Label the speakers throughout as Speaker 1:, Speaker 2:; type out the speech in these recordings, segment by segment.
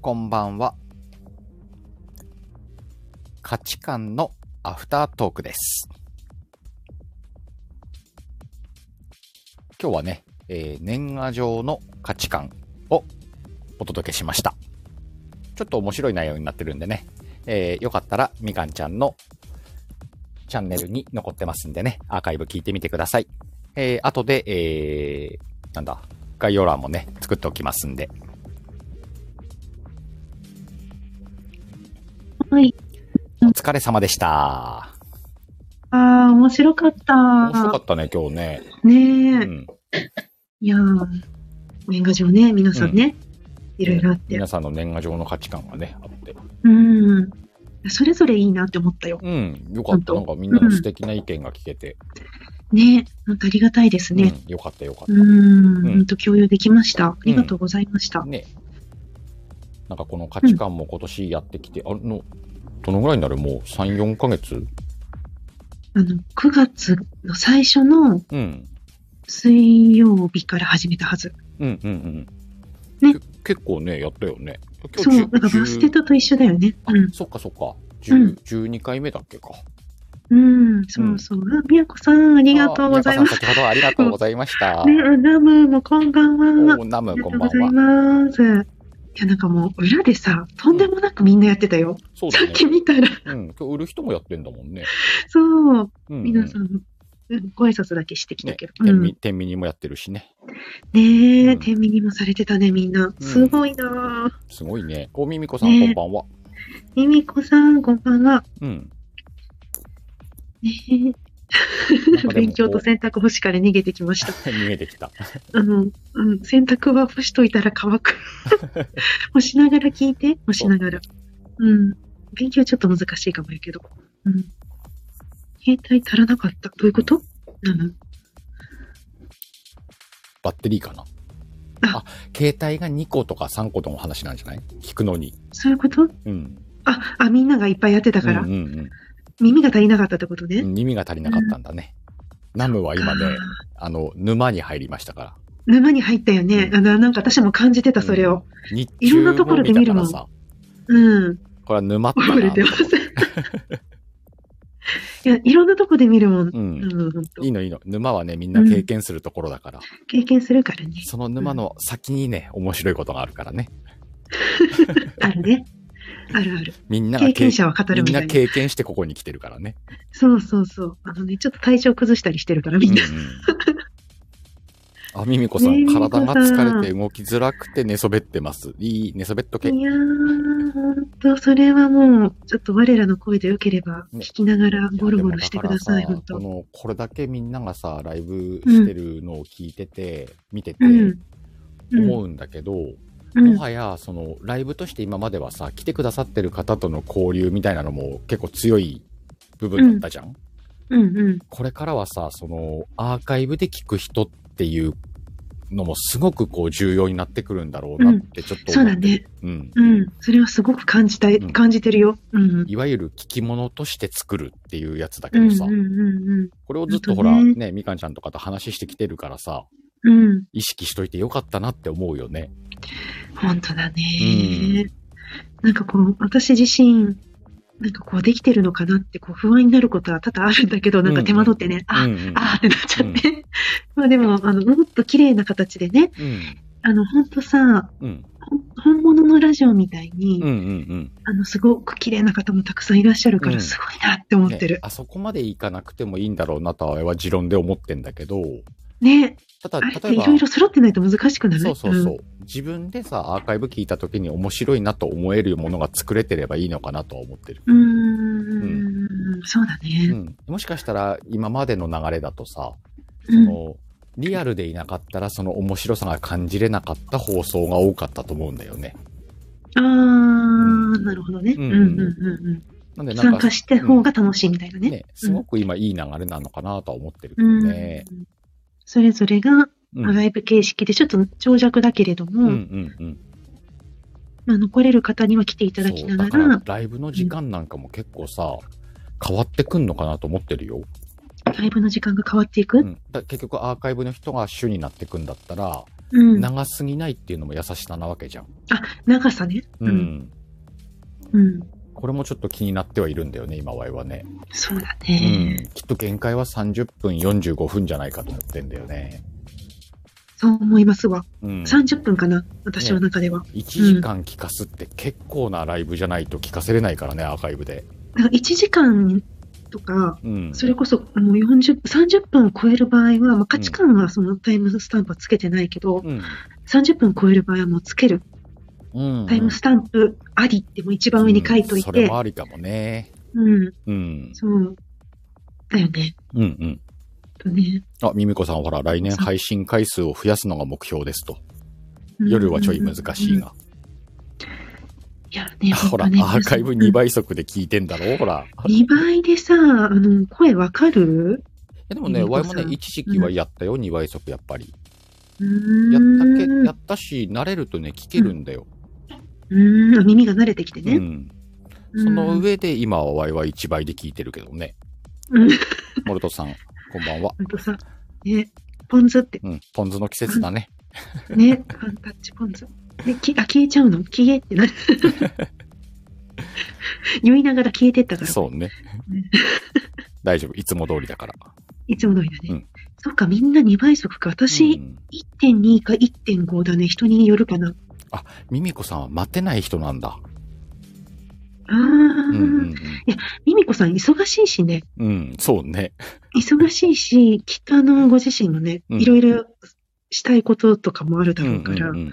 Speaker 1: こんばんは。価値観のアフタートークです。今日はね、えー年賀状の価値観をお届けしました。ちょっと面白い内容になってるんでね、えーよかったらみかんちゃんのチャンネルに残ってますんでね、アーカイブ聞いてみてください。えー、後で、えー、なんだ、概要欄もね、作っておきますんで、
Speaker 2: はい。
Speaker 1: お疲れ様でした。
Speaker 2: ああ、面白かった。
Speaker 1: 面白かったね、今日ね。う
Speaker 2: ねえ。
Speaker 1: ん。
Speaker 2: いやー年賀状ね、皆さんね。いろいろあって。
Speaker 1: 皆さんの年賀状の価値観がね、あって。
Speaker 2: うん。それぞれいいなって思ったよ。
Speaker 1: うん、よかった。な
Speaker 2: 本当
Speaker 1: んかみんなの素敵な意見が聞けて。
Speaker 2: ねえ。なんかありがたいですね。
Speaker 1: うん、よかった、よかっ
Speaker 2: うん、
Speaker 1: うん
Speaker 2: ん、ほんと共有できました。ありがとうございました。
Speaker 1: た。ね。なんかこの価値観も今年やってきて、あの、どのぐらいになるもう3、4ヶ月
Speaker 2: あの、9月の最初の
Speaker 1: うん。
Speaker 2: 水曜日から始めたはず。
Speaker 1: うんうんうん。
Speaker 2: ね
Speaker 1: け結構ね、やったよね。今
Speaker 2: そう、
Speaker 1: 日
Speaker 2: なんかバステタと一緒だよね。
Speaker 1: あ、
Speaker 2: うん。
Speaker 1: そっかそっか。
Speaker 2: うん
Speaker 1: 10 12回目だっけか。
Speaker 2: うん、そうそう。あ、みやこさん、ありがとうございます。
Speaker 1: あ宮川さん先ほどはありがとうございました。
Speaker 2: ね、あナムもこんばんは。
Speaker 1: おーナム、こん
Speaker 2: あ
Speaker 1: ばん
Speaker 2: りがとうご
Speaker 1: は。
Speaker 2: ざいます。いや、なんかもう裏でさ、とんでもなくみんなやってたよ。
Speaker 1: そう
Speaker 2: さ
Speaker 1: だ
Speaker 2: っ
Speaker 1: ね。
Speaker 2: き見たら、
Speaker 1: うん、今日売る人もやってんだもんね。
Speaker 2: そう、
Speaker 1: うん、うん。
Speaker 2: 皆さん、うんご挨拶だけしてきた
Speaker 1: ね
Speaker 2: けど。、
Speaker 1: 天
Speaker 2: うん
Speaker 1: 秤天秤にもやってるしね。
Speaker 2: ね
Speaker 1: う
Speaker 2: え、
Speaker 1: ん
Speaker 2: 天秤にもされてたね、みんな。すごいなあ
Speaker 1: すごいね。おみみこさん、
Speaker 2: ね
Speaker 1: こんばんは。
Speaker 2: ミミコさん、こんばんは。
Speaker 1: うん。なんかで
Speaker 2: ねえ
Speaker 1: も
Speaker 2: 勉強と洗濯干しから逃げてきました。
Speaker 1: 逃げてきた。
Speaker 2: あの、うん、洗濯は干しといたら乾 く。干しながら聞いて、干しながら。うん。勉強ちょっと難しいかもやけど。うん。携帯足らなかった。どういうことうん。
Speaker 1: バッテリーかな。あ
Speaker 2: あ、
Speaker 1: 携帯が2個とか3個との話なんじゃない聞くのに。
Speaker 2: そういうこと
Speaker 1: うん。
Speaker 2: あ、あ、みんながいっぱいやってたから、
Speaker 1: うんうん
Speaker 2: 耳が足りなかったってこと
Speaker 1: う
Speaker 2: ね。
Speaker 1: ん。耳が足りなかったんだね。ナムは今
Speaker 2: あ
Speaker 1: ね
Speaker 2: ー、
Speaker 1: あの、沼に入りましたから。
Speaker 2: 沼に入ったよね。
Speaker 1: うん
Speaker 2: あの、なんか私も感じてた、それを。
Speaker 1: うん。日
Speaker 2: いろん
Speaker 1: 中
Speaker 2: なとこ
Speaker 1: も
Speaker 2: ろで
Speaker 1: 見
Speaker 2: 見
Speaker 1: た
Speaker 2: る
Speaker 1: か
Speaker 2: もん
Speaker 1: らさ。
Speaker 2: うん。
Speaker 1: これは沼った
Speaker 2: 溢れ
Speaker 1: な
Speaker 2: て。ます。いや、いろんなとこで見るもん。
Speaker 1: う。
Speaker 2: うんん、ほんと
Speaker 1: いいのいいの。沼はね、みんな経験するところだから。
Speaker 2: 経験するからね。
Speaker 1: その沼の先にね、面白いことがあるからね。
Speaker 2: あるね。あるある。
Speaker 1: みんなが
Speaker 2: 経験
Speaker 1: 経
Speaker 2: 者は語る
Speaker 1: み
Speaker 2: み
Speaker 1: ん
Speaker 2: たい
Speaker 1: な
Speaker 2: な。
Speaker 1: 経験してここに来てるからね。
Speaker 2: そうそうそう。あのね、ちょっと体調崩したりしてるから、みんな。
Speaker 1: うんうん、あ、ミミコさん、
Speaker 2: ねえ
Speaker 1: 体が
Speaker 2: ミミコさん
Speaker 1: 疲れて動きづらくて寝そべってます。いい、寝そべっとけ。
Speaker 2: いやー、ほんと、それはもう、ちょっと我らの声でよければ、
Speaker 1: ね
Speaker 2: 聞きながらゴロゴロ
Speaker 1: いや
Speaker 2: してください、
Speaker 1: でもから
Speaker 2: 本
Speaker 1: さ
Speaker 2: 当
Speaker 1: この、これだけみんながさ、ライブしてるのを聞いてて、見てて、
Speaker 2: うん。
Speaker 1: 思うんだけど、
Speaker 2: うん、うん
Speaker 1: もはや、その、ライブとして今まではさ、来てくださってる方との交流みたいなのも結構強い部分だったじゃん、
Speaker 2: うん、うん。
Speaker 1: これからはさ、その、アーカイブで聞く人っていうのもすごくこう重要になってくるんだろうなってちょっと
Speaker 2: そう
Speaker 1: 思っ
Speaker 2: だ
Speaker 1: てる。
Speaker 2: ね。
Speaker 1: うん。
Speaker 2: うん。それはすごく感じたい、
Speaker 1: うん
Speaker 2: 感じてるよ。うん。
Speaker 1: いわゆる聞き物として作るっていうやつだけ
Speaker 2: うん、
Speaker 1: ど
Speaker 2: うん、
Speaker 1: さ、
Speaker 2: うん
Speaker 1: これをずっとほ
Speaker 2: 本当
Speaker 1: ら、
Speaker 2: ね
Speaker 1: ね、みかんちゃんとかと話してきてるからさ、
Speaker 2: うん。うん。
Speaker 1: 意識しといてよかったなって思うよね。
Speaker 2: 本当だね。なんかこう、私自身、なんかこう、できてるのかなって、こう、不安になることは多々あるんだけど、なんか手間取ってね、あ、
Speaker 1: うんうん、
Speaker 2: あーってなっちゃって。 まあでも、あの、もっと綺麗な形でね、
Speaker 1: うん、
Speaker 2: あの、ほんとさ、
Speaker 1: うん、
Speaker 2: ほん本物のラジオみたいに、
Speaker 1: うん、うん、
Speaker 2: あの、すごく綺麗な方もたくさんいらっしゃるか
Speaker 1: うん
Speaker 2: ら、すごいなって思
Speaker 1: うん。
Speaker 2: って
Speaker 1: ね
Speaker 2: る。、
Speaker 1: あそこまでいかなくてもいいんだろうなとは、は持論で思ってんだけど、
Speaker 2: ね
Speaker 1: ただ、
Speaker 2: あれって
Speaker 1: 例え
Speaker 2: い
Speaker 1: ば、
Speaker 2: ろいろ揃ってないと難しくなる
Speaker 1: そうそうそう。自分でさ、アーカイブ聞いた時に面白いなと思えるものが作れてればいいのかなとは思ってる。
Speaker 2: うん。うーん、そうだ
Speaker 1: う
Speaker 2: ね。
Speaker 1: ん。もしかしたら、今までの流れだとさ、そ
Speaker 2: うん
Speaker 1: の、リアルでいなかったら、その面白さが感じれなかった放送が多かったと思うんだよね。
Speaker 2: あ
Speaker 1: う
Speaker 2: ー、
Speaker 1: ん
Speaker 2: なるほどね。
Speaker 1: う
Speaker 2: うん
Speaker 1: う
Speaker 2: んうんん
Speaker 1: うん
Speaker 2: うん
Speaker 1: なんで、な
Speaker 2: うん。
Speaker 1: ん
Speaker 2: 参
Speaker 1: か
Speaker 2: 加、した方が楽しいみたいなね。
Speaker 1: ね、すごく今いい流れなのかなとは思ってるけ
Speaker 2: う
Speaker 1: ど
Speaker 2: ん。
Speaker 1: ね。
Speaker 2: それぞれが、
Speaker 1: うん。うん
Speaker 2: ライブ形式でちょっと長尺だけれど
Speaker 1: うんう
Speaker 2: も、
Speaker 1: ん
Speaker 2: まあ、残れる方には来ていた
Speaker 1: う
Speaker 2: だ
Speaker 1: ん。
Speaker 2: き
Speaker 1: そう、
Speaker 2: なが
Speaker 1: だから
Speaker 2: ら、
Speaker 1: ライブの時間なんかも結構さ、変わってくんのかなと思ってるよ。
Speaker 2: ライブの時間が変わっていく、
Speaker 1: うん、だ結局アーカイブの人が主になってくんだったら、
Speaker 2: うん。
Speaker 1: 長すぎないっていうのも優しさなわけじゃん。
Speaker 2: 長さね。
Speaker 1: う。
Speaker 2: うんうん。
Speaker 1: これもちょっと気になってはいるんだよね、今我々はね。
Speaker 2: そうだ
Speaker 1: う
Speaker 2: ね。
Speaker 1: ん。きっと限界は30分45分じゃないかと思ってんだよね。
Speaker 2: そう思いますわ。
Speaker 1: うん。
Speaker 2: 30分かな、私の中では。
Speaker 1: 1時間聞かすって結構なライブじゃないと聞かせれないからね、アーカイブで。
Speaker 2: だから1時間とか、
Speaker 1: うん。
Speaker 2: それこそもう40 30分を超える場合は、まあ、価値観はそのタイムスタンプはつけてないけど、
Speaker 1: うん。
Speaker 2: 30分超える場合はもうつける。
Speaker 1: うん。
Speaker 2: タイムスタンプありってもう一番上に書いとい
Speaker 1: うんそれ
Speaker 2: て
Speaker 1: も。ありかもね。
Speaker 2: うん、
Speaker 1: うん。
Speaker 2: そう。だよね。
Speaker 1: うんうん。
Speaker 2: とね。
Speaker 1: あ、ミミコさんほら、来年配信回数を増やすのが目標ですと。
Speaker 2: うん
Speaker 1: 夜はちょい難しい。が。
Speaker 2: いやね、
Speaker 1: ほら、ア
Speaker 2: 本当ね
Speaker 1: ーカイブ2。倍速で聞いてんだろほら。い
Speaker 2: 2倍でさ、あの、声わかる
Speaker 1: やでもね、
Speaker 2: ミミ
Speaker 1: ワイ
Speaker 2: コ
Speaker 1: も
Speaker 2: さん
Speaker 1: ね、一時期はやったよ、2倍速やっぱり。
Speaker 2: うーん
Speaker 1: やったけ、やったし、慣れるとね、聞けるんだよ。
Speaker 2: うーん、あ耳が慣れてきて
Speaker 1: う
Speaker 2: ね。
Speaker 1: ん。その上で、今はワイは1倍で聞いてるけどね。
Speaker 2: うん。
Speaker 1: モルトさん、こんばんは。
Speaker 2: ほんとさ、ね、ポン酢って、
Speaker 1: うん、ポン酢の季節だね。
Speaker 2: ね、ワンタッチポン酢。で、きあ消えちゃうの消え ってなる。言いながら消えてったから、
Speaker 1: そうね
Speaker 2: うん。
Speaker 1: 大丈夫、いつも通りだから。
Speaker 2: いつも通りだね。
Speaker 1: うん
Speaker 2: そっか、みんな2倍速か。
Speaker 1: う
Speaker 2: 私、
Speaker 1: ん
Speaker 2: 1.2か1.5だね。人によるかな。
Speaker 1: ミミコさんは待てない人なんだ。
Speaker 2: ああ、
Speaker 1: うんうん
Speaker 2: ミミコさん忙しいしね。
Speaker 1: うん。うん、そうね。
Speaker 2: 忙しいし、きっとあの、ご自身のね、
Speaker 1: うん
Speaker 2: いろいろしたいこととかもあるだろうから、
Speaker 1: うんうんうん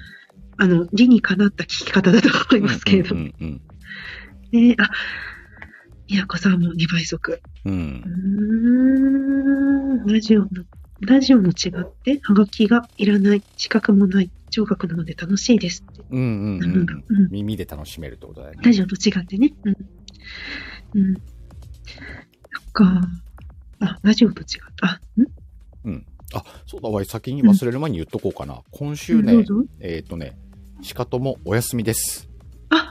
Speaker 2: あの、理にかなった聞き方だと思いますけれど
Speaker 1: う
Speaker 2: も。
Speaker 1: んうん
Speaker 2: ね、あ、宮子さんも2倍速。
Speaker 1: うんう。
Speaker 2: うんーん、ラジオの、ラジオの違って、はがきがいらない、資格もない、聴覚なので楽しいですって。
Speaker 1: うんうんうん
Speaker 2: な
Speaker 1: うんん
Speaker 2: だ
Speaker 1: う
Speaker 2: ろ
Speaker 1: ん。
Speaker 2: ううん。
Speaker 1: 耳で楽しめるってことだよ
Speaker 2: ラ
Speaker 1: ね。
Speaker 2: ジオと違ってね。うん。うん。そっか。あ、ラジオと違った。あ、ん
Speaker 1: あ、そうだわい、先に忘れる前に言っとこうかな。今週
Speaker 2: どう
Speaker 1: ね、
Speaker 2: ぞ。
Speaker 1: えっとね、しかともお休みです。
Speaker 2: あ、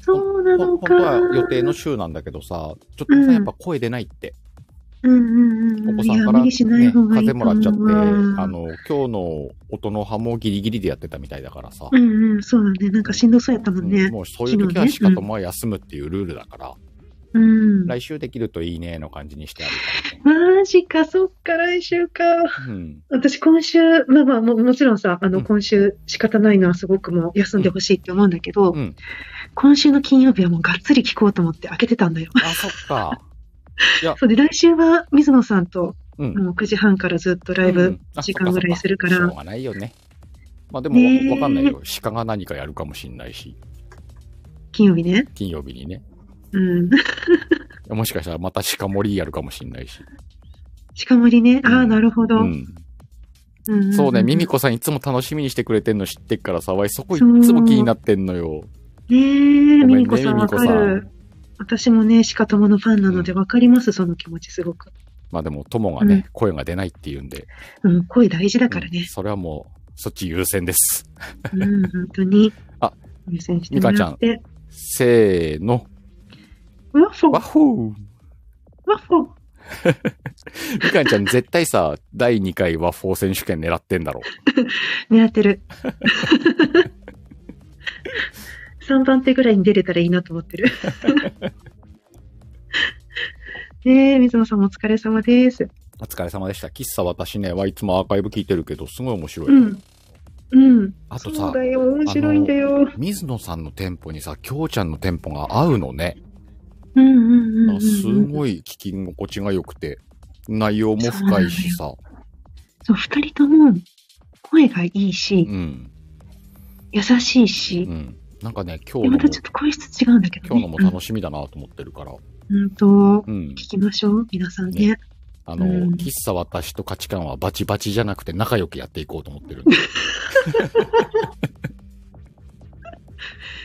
Speaker 2: そうな
Speaker 1: ほ
Speaker 2: の
Speaker 1: ん本
Speaker 2: か。
Speaker 1: 当は予定の週なんだけどさ、ちょっと
Speaker 2: うん
Speaker 1: さ、やっぱ声出ないって、
Speaker 2: うんうんうん。
Speaker 1: お子さんか
Speaker 2: いや
Speaker 1: ら
Speaker 2: 無
Speaker 1: ね、
Speaker 2: 理しない
Speaker 1: 風
Speaker 2: 方がいいと
Speaker 1: 邪も
Speaker 2: 思う
Speaker 1: らっちゃって、
Speaker 2: わ
Speaker 1: あの、今日の音の葉もギリギリでやってたみたいだからさ
Speaker 2: う、んうん、そうだね。なんかしんどそうやったもん
Speaker 1: うん
Speaker 2: ね。
Speaker 1: もうそういう時は
Speaker 2: 昨日ね
Speaker 1: しかともは休むっていうルールだから、
Speaker 2: うん。
Speaker 1: 来週できるといいねの感じにしてあるからね。
Speaker 2: マジか、そっか、来週か。
Speaker 1: うん。
Speaker 2: 私、今週、まあまあ、ももちろんさ、あ
Speaker 1: う
Speaker 2: の、
Speaker 1: ん
Speaker 2: 今週、仕方ないのはすごくもう休んでほしいって思うんだけど、
Speaker 1: うん。
Speaker 2: 今週の金曜日はもうがっつり聞こうと思って開けてたんだよ。
Speaker 1: あ、そっか。
Speaker 2: そうで、来週は水野さんと、
Speaker 1: うん。
Speaker 2: もう9時半からずっとライ
Speaker 1: う
Speaker 2: ブ
Speaker 1: んあ
Speaker 2: 時
Speaker 1: そ
Speaker 2: 間
Speaker 1: っ
Speaker 2: ぐ
Speaker 1: そっ
Speaker 2: らいするから、
Speaker 1: しょうがないよね。まあでも
Speaker 2: ねえ
Speaker 1: わかんないよ。鹿が何かやるかもしんないし、
Speaker 2: 金曜日ね。
Speaker 1: 金曜日にね。
Speaker 2: うん。
Speaker 1: もしかしたらまた鹿森やるかもしんないし。
Speaker 2: 近盛りね。ああ、なるほど。
Speaker 1: うん。
Speaker 2: うんん
Speaker 1: そうね、ミミ
Speaker 2: ね
Speaker 1: コさんいつも楽しみにしてくれてんの知ってっからさ、わいそこい
Speaker 2: そう
Speaker 1: つも気になってんのよ。
Speaker 2: え、
Speaker 1: ごめ
Speaker 2: ミ
Speaker 1: んね
Speaker 2: ミコさん
Speaker 1: ミミ
Speaker 2: わ
Speaker 1: コ
Speaker 2: か
Speaker 1: さん
Speaker 2: る。私もね、しかとものファンなのでわかります、その気持ちすごく。
Speaker 1: まあでも、友がね、
Speaker 2: うん
Speaker 1: 声が出ないって言うんで。
Speaker 2: うん、声大事だから
Speaker 1: うん
Speaker 2: ね。
Speaker 1: それはもう、そっち優先です。
Speaker 2: うん、本当に。
Speaker 1: あ、
Speaker 2: 優先してもらって。
Speaker 1: せーの。
Speaker 2: ワッフォ
Speaker 1: ワッ
Speaker 2: ー
Speaker 1: ホー
Speaker 2: ワッフォー
Speaker 1: みかんちゃん絶対さ、第2回ワッフォー選手権狙ってんだろ
Speaker 2: 狙って る。3番手ぐらいに出れたらいいなと 思ってる。ねえ、水野さんもお疲れ様です。
Speaker 1: お疲れ様でした。喫茶私ね、はいつもアーカイブ聞いてるけど、すごい面白い。
Speaker 2: うん。うん。
Speaker 1: あと
Speaker 2: そう
Speaker 1: さ、
Speaker 2: だよ、面白いんだよ。
Speaker 1: 水野さんの店舗にさ、京ちゃんの店舗が合うのね。
Speaker 2: うんうんうんうん、う
Speaker 1: なん
Speaker 2: ん。
Speaker 1: かすごい聞き心地が良くて、内容も深いしさ。
Speaker 2: そう、二人とも声がいいうし、
Speaker 1: ん。
Speaker 2: 優しいし
Speaker 1: う、ん。なんかね、
Speaker 2: で
Speaker 1: 今日の
Speaker 2: ま
Speaker 1: も
Speaker 2: た、ちょっと声質違うんだけど、ね。
Speaker 1: 今日のも楽しみだなと思ってるから。
Speaker 2: うんうんと、
Speaker 1: うん
Speaker 2: 聞。きましょう、皆さんね。
Speaker 1: ねあの、
Speaker 2: うん
Speaker 1: 喫茶私と価値観はバチバチじゃなくて仲良くやっていこうと思って るんで。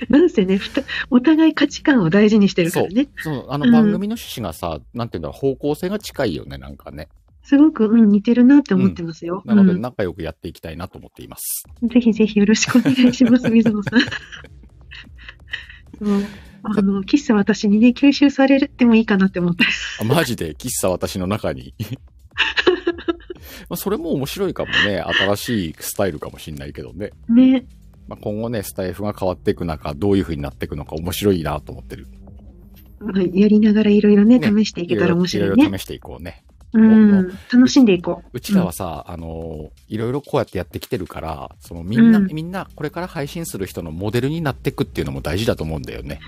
Speaker 2: なんせね、ふたお互い価値観を大事にしてるからね。
Speaker 1: そう、あ
Speaker 2: う
Speaker 1: の
Speaker 2: ん
Speaker 1: 番組の趣旨がさ、なんていうんだろう、方向性が近いよね、なんかね。
Speaker 2: すごく、うん、似てるなって思ってますよ。
Speaker 1: なので
Speaker 2: うん
Speaker 1: 仲良くやっていきたいなと思っています。
Speaker 2: ぜひぜひよろしくお願いし ます、水野さん。そうあの喫茶私にね、吸収されてもいいかなって思って。
Speaker 1: あマジで、喫茶私の中に。まあ、それも面白いかもね。新しいスタイルかもしんないけどね。
Speaker 2: ね。
Speaker 1: まあ、今後ね、スタイフが変わっていく中、どういう風になっていくのか面白いなと思ってる。
Speaker 2: まあやりながらいろいろね、
Speaker 1: ね
Speaker 2: 試していけたら面
Speaker 1: い
Speaker 2: 白
Speaker 1: ろ
Speaker 2: い
Speaker 1: い
Speaker 2: ね。
Speaker 1: ろ試していこうね。
Speaker 2: うん。楽しんでいこ
Speaker 1: うちらはさ、あのー、いろいろこうやってやってきてるから、そのみんな、
Speaker 2: うん
Speaker 1: みんなこれから配信する人のモデルになっていくっていうのも大事だと思うんだよね。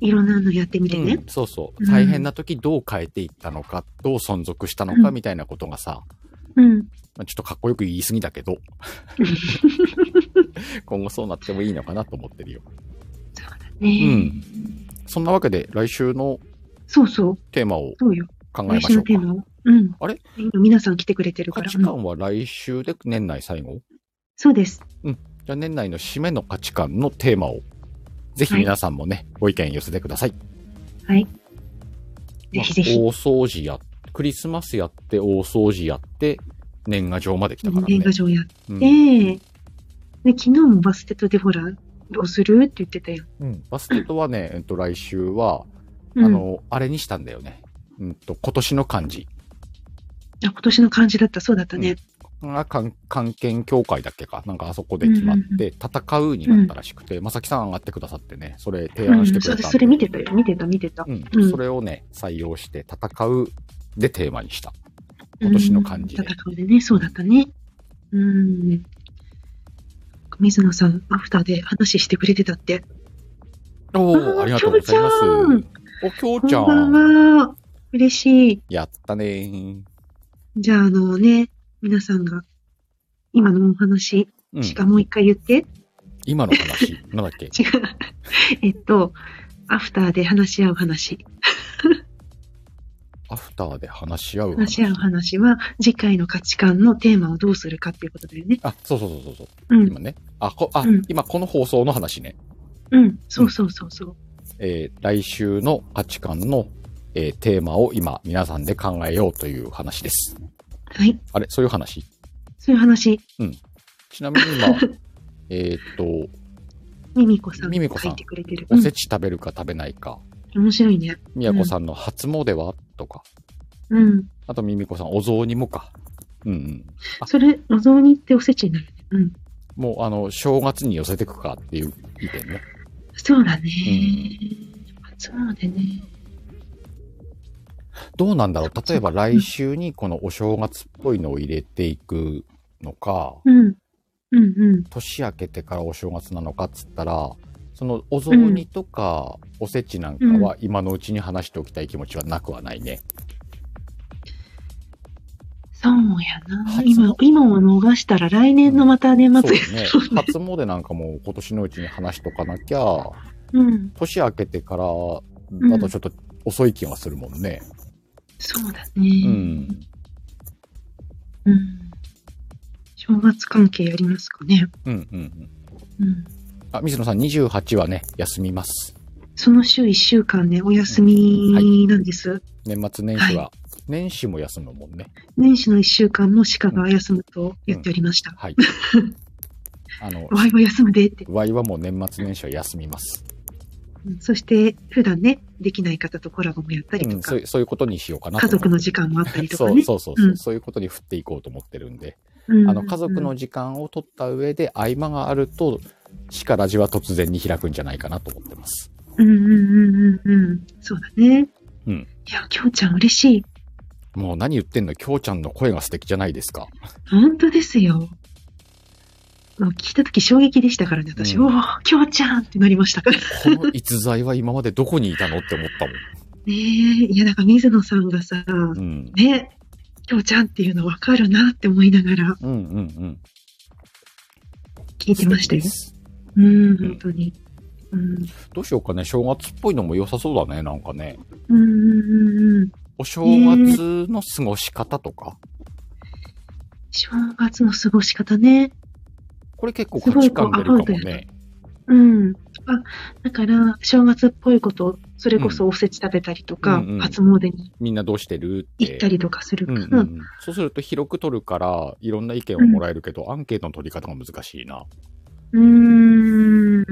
Speaker 2: う。いろんなのやってみてね
Speaker 1: う。んそうそう。
Speaker 2: うん
Speaker 1: 大変な時どう変えていったのか、どう存続したのか
Speaker 2: うん
Speaker 1: みたいなことがさ、
Speaker 2: うん。
Speaker 1: まあちょっとかっこよく言い過ぎだけ ど、今後そうなってもいいのかなと思ってるよ。
Speaker 2: ね
Speaker 1: そんなわけで来週の
Speaker 2: そうそう。
Speaker 1: テーマを
Speaker 2: そうよ。
Speaker 1: 考えま
Speaker 2: 来
Speaker 1: しょ
Speaker 2: 週の
Speaker 1: う
Speaker 2: テー
Speaker 1: か。
Speaker 2: マを。うん。
Speaker 1: あれ
Speaker 2: 今皆さん来てくれてるか
Speaker 1: 価
Speaker 2: ら。
Speaker 1: 値
Speaker 2: うん
Speaker 1: 観は来週で年内最後
Speaker 2: そうです。
Speaker 1: じゃあ年内の締めの価値観のテーマを、ぜひ皆さんもね、ご意見寄せてください。
Speaker 2: はい。ぜひぜひ
Speaker 1: まあ大掃除や、クリスマスやって、大掃除やって、年賀状まで来たからね。
Speaker 2: 年賀状やって、
Speaker 1: うん
Speaker 2: で、昨日もバステトでほら、どうするって言ってたよ。
Speaker 1: うんバスケットは ね、えっと、来週は、
Speaker 2: うん、
Speaker 1: あの、あれにしたんだよね。うんと、今年の漢字
Speaker 2: あ今年の感じだった、そうだったね。
Speaker 1: が、関関係協会だっけか。なんかあそこで決まっ
Speaker 2: うんうん
Speaker 1: て、戦うになったらしくて、まさきさん上がってくださってね、それ提案してく
Speaker 2: そ
Speaker 1: れ
Speaker 2: う
Speaker 1: たんで
Speaker 2: それ見てたよ、見てた、見てた。
Speaker 1: うん
Speaker 2: うん
Speaker 1: それをね、採用して、戦うでテーマにした。今年の感じ
Speaker 2: う
Speaker 1: で
Speaker 2: ん、戦うでね、そうだったね。うん。水野さん、アフターで話してくれてたって。
Speaker 1: お
Speaker 2: あ
Speaker 1: お、
Speaker 2: ー
Speaker 1: ありがとうございます
Speaker 2: きょ
Speaker 1: お、きょ
Speaker 2: うち。こ
Speaker 1: うんちゃ
Speaker 2: ばん
Speaker 1: ん。
Speaker 2: は。嬉しい。
Speaker 1: やったねー。
Speaker 2: じゃあ、あのね、皆さんが、今のお話、
Speaker 1: うん
Speaker 2: しかもう一回言って。
Speaker 1: 今の話、 なんだっけ
Speaker 2: 違う。 えっと、アフターで話し合う話。
Speaker 1: アフターで話し合う
Speaker 2: 話し合う話は、次回の価値観のテーマをどうするかっていうことだよね。
Speaker 1: あ、そうそうそうそうそう。
Speaker 2: うん。
Speaker 1: 今ね。あ、こあ、
Speaker 2: うん
Speaker 1: 今この放送の話ね。
Speaker 2: うん。そうそうそうそう。
Speaker 1: えー来週の価値観の、えーテーマを今皆さんで考えようという話です。
Speaker 2: はい。
Speaker 1: あれそういう話
Speaker 2: そういう話、
Speaker 1: ちなみに今、 えーっと、
Speaker 2: ミミコさん
Speaker 1: ミミコ
Speaker 2: が
Speaker 1: さ
Speaker 2: 書
Speaker 1: ん
Speaker 2: いてくれてる。
Speaker 1: おせち食べるか食べないか、
Speaker 2: うん、面白いね。
Speaker 1: みやこさんの初詣はとか、
Speaker 2: うん。
Speaker 1: あとみみこさんお雑煮もか。うんうん。あ
Speaker 2: それ、お雑煮っておせちになるね。うん。
Speaker 1: もうあの、正月に寄せてくかっていう意見ね。
Speaker 2: そうだね。そうでね。
Speaker 1: どうなんだろう例えば来週にこのお正月っぽいのを入れていくのか、
Speaker 2: うん。うんうん。
Speaker 1: 年明けてからお正月なのかっつったら、そのお雑煮とかおせちなんかは今のうちに話しておきたい気持ちはなくはないね。
Speaker 2: そうやな。
Speaker 1: 初
Speaker 2: 今、今を逃したら来年のまた年
Speaker 1: そう
Speaker 2: 末や
Speaker 1: ね。初詣なんかも今年のうちに話しとかなきゃ、
Speaker 2: うん。
Speaker 1: 年明けてから
Speaker 2: ん
Speaker 1: だとちょっと遅い気がするもんね。
Speaker 2: そうだ
Speaker 1: う
Speaker 2: ね。
Speaker 1: ん。
Speaker 2: うん。正月関係やりますかね。
Speaker 1: うんうんうん。
Speaker 2: うん。
Speaker 1: あ、水野さん28はね、休みます。
Speaker 2: その週1週間ね、お休みなんです。
Speaker 1: 年末年始は、年始も休むもんね。
Speaker 2: 年始の1週間も鹿が休むとやっておりました。
Speaker 1: はい。あの、
Speaker 2: ワイは休むでって。
Speaker 1: ワイはもう年末年始は休みます。
Speaker 2: うんそして、普段ね、できない方とコラボもやったり
Speaker 1: う
Speaker 2: と
Speaker 1: ん、
Speaker 2: か、
Speaker 1: そうそういうことにしようかなと思
Speaker 2: 家
Speaker 1: って
Speaker 2: 族の時間もあったりと
Speaker 1: そ
Speaker 2: か
Speaker 1: う
Speaker 2: ね。
Speaker 1: そうそうそう、
Speaker 2: うん
Speaker 1: そういうことに振っていこうと思ってるんで、
Speaker 2: うん
Speaker 1: あの家族の時間を取った上で合間があると、しかラジは突然に開くんじゃないかなと思ってます。
Speaker 2: うんうんうんうんうん。そうだね。
Speaker 1: うん
Speaker 2: いや、きょうちゃん嬉しい。
Speaker 1: もう何言ってんの、きょうちゃんの声が素敵じゃないですか。
Speaker 2: 本当ですよ。もう聞いたとき衝撃でしたからね、私。
Speaker 1: うん
Speaker 2: おお、きょうちゃんってなりましたから。ね
Speaker 1: この逸材は今までどこにいたのって思った
Speaker 2: え、いや、なんか水野さんがさ、
Speaker 1: もん。うん。
Speaker 2: ね、きょうちゃんっていうの分かるなって思いながら
Speaker 1: うんうんうん。
Speaker 2: 聞いてましたよ
Speaker 1: 素敵で。す
Speaker 2: うん、本当に。うん、
Speaker 1: どうしようかね、正月っぽいのも良さそうだね、なんかね。
Speaker 2: うん、うん、うん。
Speaker 1: お正月の過ごし方とか、
Speaker 2: 正月の過ごし方ね。
Speaker 1: これ結構価値観出るかも
Speaker 2: すごいこうアバウトや
Speaker 1: ね。
Speaker 2: うん。あ、だから、正月っぽいこと、それこそおせち食べたりとか、
Speaker 1: うんうんうん
Speaker 2: 初詣に
Speaker 1: みんなどうしてるって。
Speaker 2: 行ったりとかする
Speaker 1: う
Speaker 2: か
Speaker 1: ん
Speaker 2: ら、
Speaker 1: うんうん、そうすると広く取るからいろんな意見をもらえるけど、アンケートの取り方が難しいな。
Speaker 2: うん、ん、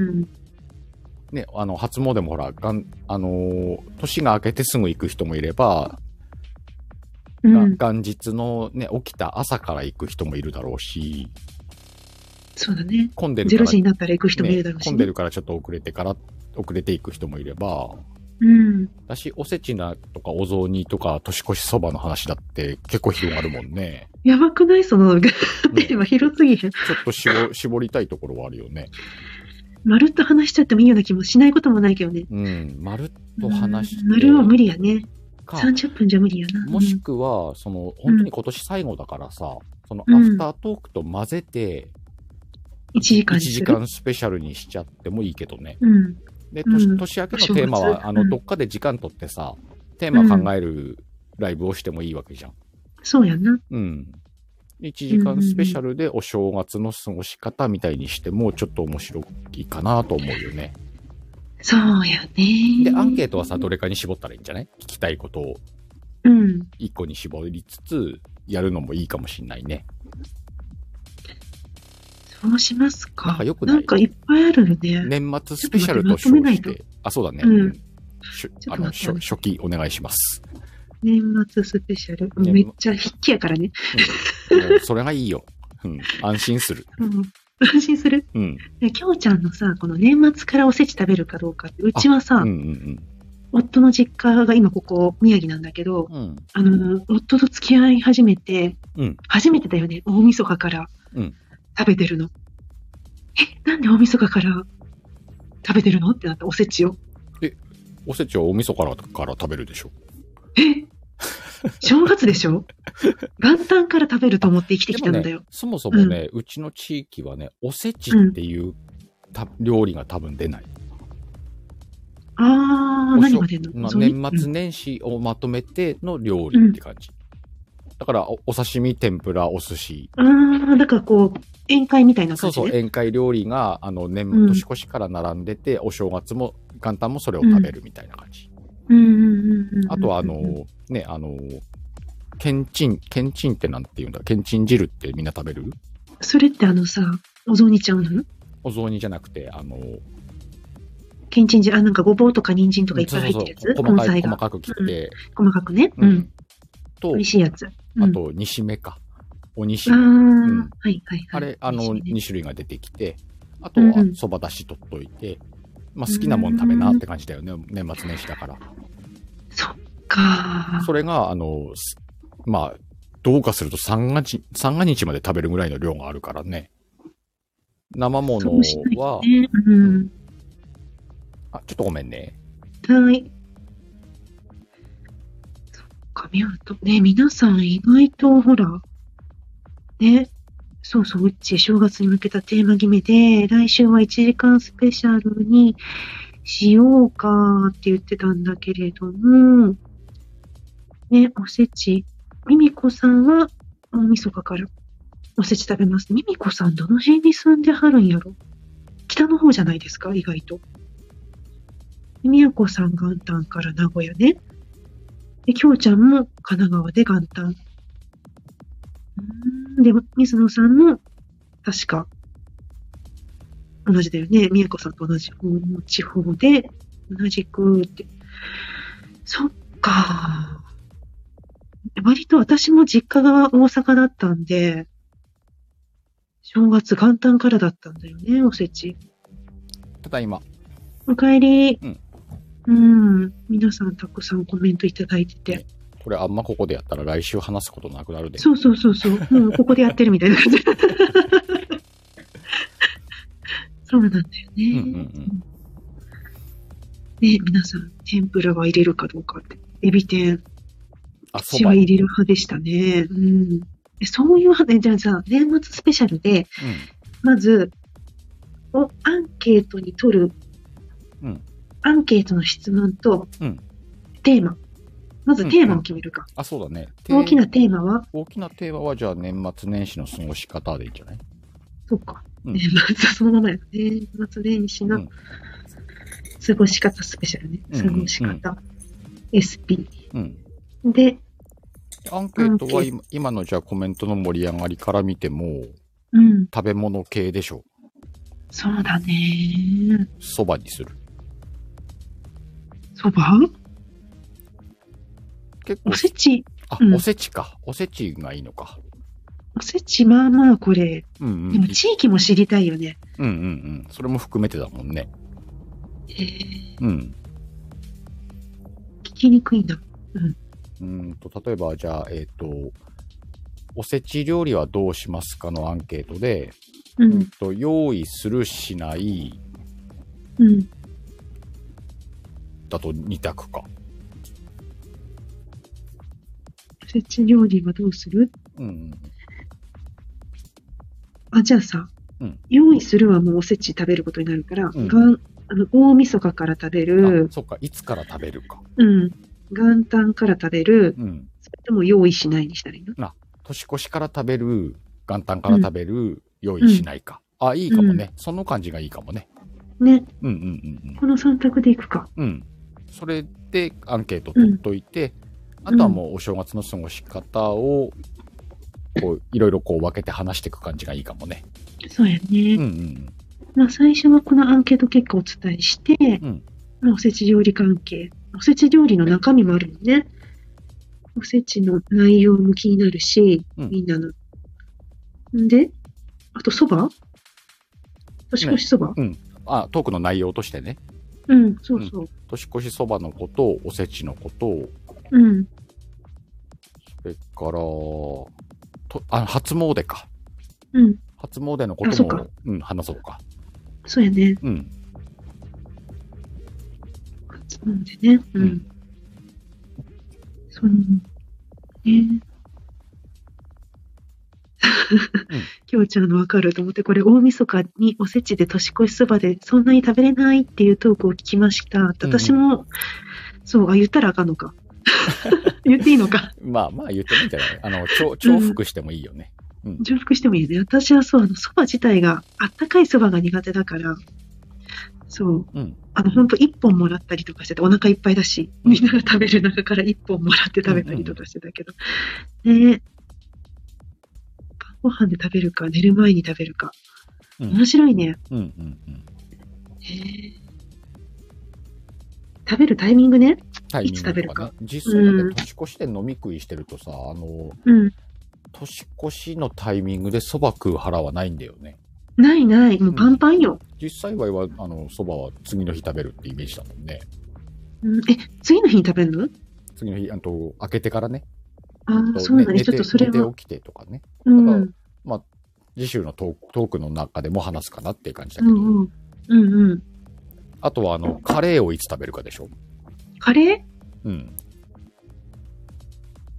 Speaker 1: ね、あの初詣もほらがん、あのー年が明けてすぐ行く人もいれば
Speaker 2: う
Speaker 1: が
Speaker 2: ん。
Speaker 1: 元日のね、起きた朝から行く人もいるだろうし、
Speaker 2: そうだね。
Speaker 1: 混んでるか
Speaker 2: 0
Speaker 1: ら、
Speaker 2: 時になったら行く人もいるだろう
Speaker 1: ね
Speaker 2: し、
Speaker 1: 混んで
Speaker 2: ね。
Speaker 1: るからちょっと遅れてから、遅れていく人もいれば、
Speaker 2: うん。
Speaker 1: だし、おせちなとかお雑煮とか年越しそばの話だって結構広がるもん ね。
Speaker 2: やばくないその、テーマ広すぎへん。
Speaker 1: ちょっとしぼ絞りたいところはあるよね。
Speaker 2: まるっと話しちゃってもいいような気もしないこともないけどね。
Speaker 1: うん、まるっと話して。
Speaker 2: うんまるは無理やね。
Speaker 1: か
Speaker 2: 30分じゃ無理やな。
Speaker 1: もしくは、その、本当に今年最後だからさ、そのアフタートークと混ぜて、
Speaker 2: 1時間
Speaker 1: 1
Speaker 2: にす
Speaker 1: 時
Speaker 2: る。
Speaker 1: 間スペシャルにしちゃってもいいけどね。
Speaker 2: うん。
Speaker 1: で、
Speaker 2: うん
Speaker 1: 年年明けのテーマ
Speaker 2: お正
Speaker 1: は、
Speaker 2: 月
Speaker 1: あ
Speaker 2: う
Speaker 1: の、
Speaker 2: ん
Speaker 1: どっかで時間取ってさ、テーマ考えるライブをしてもいいわけじゃん。
Speaker 2: そうやな。
Speaker 1: うん。1時間スペシャルでお正月の過ごし方みたいにしても、ちょっと面白いかなと思うよね。
Speaker 2: そうやね。
Speaker 1: で、アンケートはさ、どれかに絞ったらいいんじゃない聞きたいことを
Speaker 2: うん。
Speaker 1: 1個に絞りつつ、やるのもいいかもしんないね。
Speaker 2: そうしますか。
Speaker 1: なんか良くない
Speaker 2: いっぱいあるよね。
Speaker 1: 年末スペシャルと
Speaker 2: ち
Speaker 1: 称
Speaker 2: ょっとまとめな
Speaker 1: し
Speaker 2: いと
Speaker 1: て、あ、そうだね。
Speaker 2: うん
Speaker 1: し
Speaker 2: ち
Speaker 1: あ
Speaker 2: ょっと
Speaker 1: の
Speaker 2: 待って
Speaker 1: 初初期お願いし ます。
Speaker 2: 年末スペシャル。
Speaker 1: 年末
Speaker 2: めっちゃ筆記やからね。
Speaker 1: うん、それがいいよ。うん、安心する。
Speaker 2: うん。安心する。
Speaker 1: うん、
Speaker 2: で、きょうちゃんのさ、この年末からおせち食べるかどうかって、うちは
Speaker 1: う
Speaker 2: さ、
Speaker 1: ん、うん、
Speaker 2: 夫の実家が今ここ、宮城なんだけど、
Speaker 1: うんうん。
Speaker 2: あの、夫と付き合い始めて、
Speaker 1: うん
Speaker 2: 初めてだよね、大晦日から
Speaker 1: うん
Speaker 2: 食べてるの。え、なんで大晦日から食べてるのってなった、おせちを。
Speaker 1: おせちはお味噌からから食べるでしょ。
Speaker 2: え正月でしょ元旦から食べると思って生きてきたんだよ。
Speaker 1: そもそもね、うちの地域はね、おせちっていうた料理が多分出ない。
Speaker 2: あ
Speaker 1: お
Speaker 2: ー、
Speaker 1: しょ
Speaker 2: 何が出んの、
Speaker 1: まあ
Speaker 2: お雑煮
Speaker 1: 年
Speaker 2: う
Speaker 1: 末
Speaker 2: ん
Speaker 1: 年始をまとめての料理って感じ。だからお、お刺身、天ぷら、お寿司。
Speaker 2: あー、だからこう、宴会みたいな
Speaker 1: そ
Speaker 2: 感
Speaker 1: う
Speaker 2: じ
Speaker 1: そう、
Speaker 2: ね。
Speaker 1: 宴会料理が、あの、年
Speaker 2: うん
Speaker 1: 年越しから並んでて、お正月も、元旦もそれを食べるみたいな感じ。
Speaker 2: うんうんうんうん
Speaker 1: あとは、あの
Speaker 2: うん、
Speaker 1: ね、あの、けんちん、けんちんってなんて言うんだけんちん汁ってみんな食べる
Speaker 2: それってあのさ、お雑煮ちゃうの
Speaker 1: お雑煮じゃなくて、あの、
Speaker 2: けんちん汁、あ、なんかごぼうとか人参とかいっぱい入ってるや
Speaker 1: そう
Speaker 2: つ
Speaker 1: そうそう
Speaker 2: 根
Speaker 1: 細かい、
Speaker 2: 菜
Speaker 1: 細
Speaker 2: が。
Speaker 1: かく切って、
Speaker 2: 細かくね。
Speaker 1: う。
Speaker 2: うんん。
Speaker 1: と
Speaker 2: 美味、しいやつ。うん
Speaker 1: あと、煮しめか。お煮し
Speaker 2: ああ、
Speaker 1: め。ん
Speaker 2: はいはいはい。
Speaker 1: あれ、あの、
Speaker 2: 美味しいね
Speaker 1: 2種類が出てきて、あと
Speaker 2: うん
Speaker 1: は
Speaker 2: うん
Speaker 1: そばだし取っといて、まあ好きなもん食べなって感じだよね、年末年始だから。
Speaker 2: そっか
Speaker 1: それが、あの、すまあ、どうかすると三が日、三が日まで食べるぐらいの量があるからね。生も
Speaker 2: ー。
Speaker 1: の
Speaker 2: そうしない
Speaker 1: は
Speaker 2: と、ね。うん。
Speaker 1: あ、ちょっとごめんね。
Speaker 2: はい。そっか、見ようと。ね、皆さん意外と、ほら、ね、そうそう、うち正月に向けたテーマ決めで、来週は1時間スペシャルにしようかって言ってたんだけれども、ね、おせち。ミミコさんは大晦日からおせち食べます。ミミコさんどの辺に住んではるんやろ北の方じゃないですか意外と。みやこさん元旦から名古屋ね。で、きょうちゃんも神奈川で元旦。うーんで、水野さんも、確か、同じだよね。みやこさんと同じ方の地方で、同じくって。そっか。割と私も実家が大阪だったんで、正月元旦からだったんだよね、おせち。
Speaker 1: ただ今、
Speaker 2: おかえり。
Speaker 1: うん。
Speaker 2: うん。皆さんたくさんコメントいただいてて。
Speaker 1: これあんまここでやったら来週話すことなくなるで。
Speaker 2: そうそうそ うそう。もうここでやってるみたいな 感じ。そうなんだよ
Speaker 1: うんう
Speaker 2: ね。
Speaker 1: んうん。
Speaker 2: ね、皆さん、天ぷらは入れるかどうかって。エビ天、
Speaker 1: あ、そ
Speaker 2: 私
Speaker 1: ば。
Speaker 2: は
Speaker 1: うん
Speaker 2: 入れる派でしたね。うん。えそういう派で、じゃあさ、年末スペシャルで、まず、をアンケートに取る、
Speaker 1: うん
Speaker 2: アンケートの質問と、
Speaker 1: うん
Speaker 2: テーマ。まずテーマを決めるか。
Speaker 1: あ、そうだね。
Speaker 2: 大き
Speaker 1: テー
Speaker 2: なテーマは、
Speaker 1: 大きなテーマはじゃあ年末年始の過ごし方でいいんじゃない
Speaker 2: そうか。
Speaker 1: うん
Speaker 2: 年末はそのままや。年末年始
Speaker 1: う
Speaker 2: の
Speaker 1: ん
Speaker 2: 過ごし方スペシャルね。
Speaker 1: うん
Speaker 2: 過ごし方。SP。
Speaker 1: うん。
Speaker 2: で、
Speaker 1: アンケートは今今のじゃあコメントの盛り上がりから見ても、
Speaker 2: うん。
Speaker 1: 食べ物系でしょ
Speaker 2: そうだね。
Speaker 1: う。そばにする。
Speaker 2: そば
Speaker 1: 結構
Speaker 2: お、せち。
Speaker 1: あ、
Speaker 2: うん
Speaker 1: おせちか。おせちがいいのか。
Speaker 2: おせち、まあまあこれ。
Speaker 1: うんうん。
Speaker 2: でも地域も知りたいよね。
Speaker 1: うんうんうん。それも含めてだもんね。
Speaker 2: えー、
Speaker 1: うん。
Speaker 2: 聞きにくいな。
Speaker 1: うーんと、例えば、じゃあ、えっ、と、おせち料理はどうしますかのアンケートで、
Speaker 2: う
Speaker 1: うん
Speaker 2: ん、
Speaker 1: と、用意するしない
Speaker 2: うん。
Speaker 1: だと2択か。
Speaker 2: おせち料理はどうする
Speaker 1: うんうん。
Speaker 2: あ、じゃあさ、
Speaker 1: うん
Speaker 2: 用意するはもうおせち食べることになるから、
Speaker 1: うん
Speaker 2: 元あの大晦日から食べ
Speaker 1: あ
Speaker 2: る、
Speaker 1: そっか、いつから食べるか。
Speaker 2: うん、元旦から食べる、
Speaker 1: うん。
Speaker 2: それとも用意しないにしたらいいの
Speaker 1: 年越しから食べる、元旦から食べる、用意しないか。あ、いいかもね、その感じがいいかもね。
Speaker 2: ね、
Speaker 1: うんうん
Speaker 2: この3択でいくか。
Speaker 1: うんうん。うん。それでアンケート取っといて、
Speaker 2: うん
Speaker 1: あとはもうお正月の過ごし方を、こう、いろいろこう分けて話していく感じがいいかもね。
Speaker 2: そうやね。
Speaker 1: うんうん
Speaker 2: まあ最初はこのアンケート結果をお伝えして、
Speaker 1: うん
Speaker 2: まあおせち料理関係。おせち料理の中身もあるもんね。おせちの内容も気になるし、
Speaker 1: うん
Speaker 2: みんなの。んで、あと蕎麦年越しそば、
Speaker 1: うん。あ、トークの内容としてね、
Speaker 2: うん、そうそう。
Speaker 1: 年越しそばのこと、おせちのこと、
Speaker 2: うん。
Speaker 1: それから、とあ初詣か。
Speaker 2: うん。
Speaker 1: 初詣のこ
Speaker 2: あそ
Speaker 1: と
Speaker 2: っ
Speaker 1: も
Speaker 2: か、
Speaker 1: うん、話そうか。
Speaker 2: そうやね。
Speaker 1: うん。
Speaker 2: うんでね。う
Speaker 1: うんん。
Speaker 2: そう。ね。きょうちゃんのわかると思って、これ大晦日におせちで年越しそばでそんなに食べれないっていうトークを聞きました。私も、そう、あ、言ったらあかんのか。言っていいのか。
Speaker 1: まあまあ言ってもいいんじゃ ないあの、重重複してもいいよね。
Speaker 2: 重複してもいいね。私はそう、あの、そば自体が、あったかいそばが苦手だから、そう、
Speaker 1: うん。
Speaker 2: あの、本当一本もらったりとかしてて、お腹いっぱいだし、みんなが食べる中から一本もらって食べたりとかしてたけど、ねえ。晩ご飯で食べるか、寝る前に食べるか。
Speaker 1: うん。うん
Speaker 2: 面白いね。
Speaker 1: うんうん。
Speaker 2: 食べるタイミングね。
Speaker 1: タイミングとか
Speaker 2: いつ食べる
Speaker 1: ね
Speaker 2: か。
Speaker 1: 実際だって
Speaker 2: うん
Speaker 1: 年越しで飲み食いしてるとさ、あの、
Speaker 2: うん。
Speaker 1: 年越しのタイミングで蕎麦食う腹はないんだよね。
Speaker 2: ないない。もうパンパンよ。
Speaker 1: 実際は、あの、蕎麦は次の日食べるってイメージだもんね。
Speaker 2: うん、え、次の日に食べるの
Speaker 1: 次の日、あと、開けてからね。
Speaker 2: あ
Speaker 1: と
Speaker 2: あ、そうだね。
Speaker 1: 寝
Speaker 2: ちょ
Speaker 1: て
Speaker 2: っとそれ
Speaker 1: 寝
Speaker 2: は。
Speaker 1: て起きてとかね。
Speaker 2: うん。
Speaker 1: だ
Speaker 2: う
Speaker 1: から
Speaker 2: ん
Speaker 1: 次週のトークトークの中でも話すかなっていう感じだ
Speaker 2: う
Speaker 1: けど。
Speaker 2: ん。うんうん。
Speaker 1: あとは、あの、カレーをいつ食べるかでしょ。
Speaker 2: カレー
Speaker 1: うん。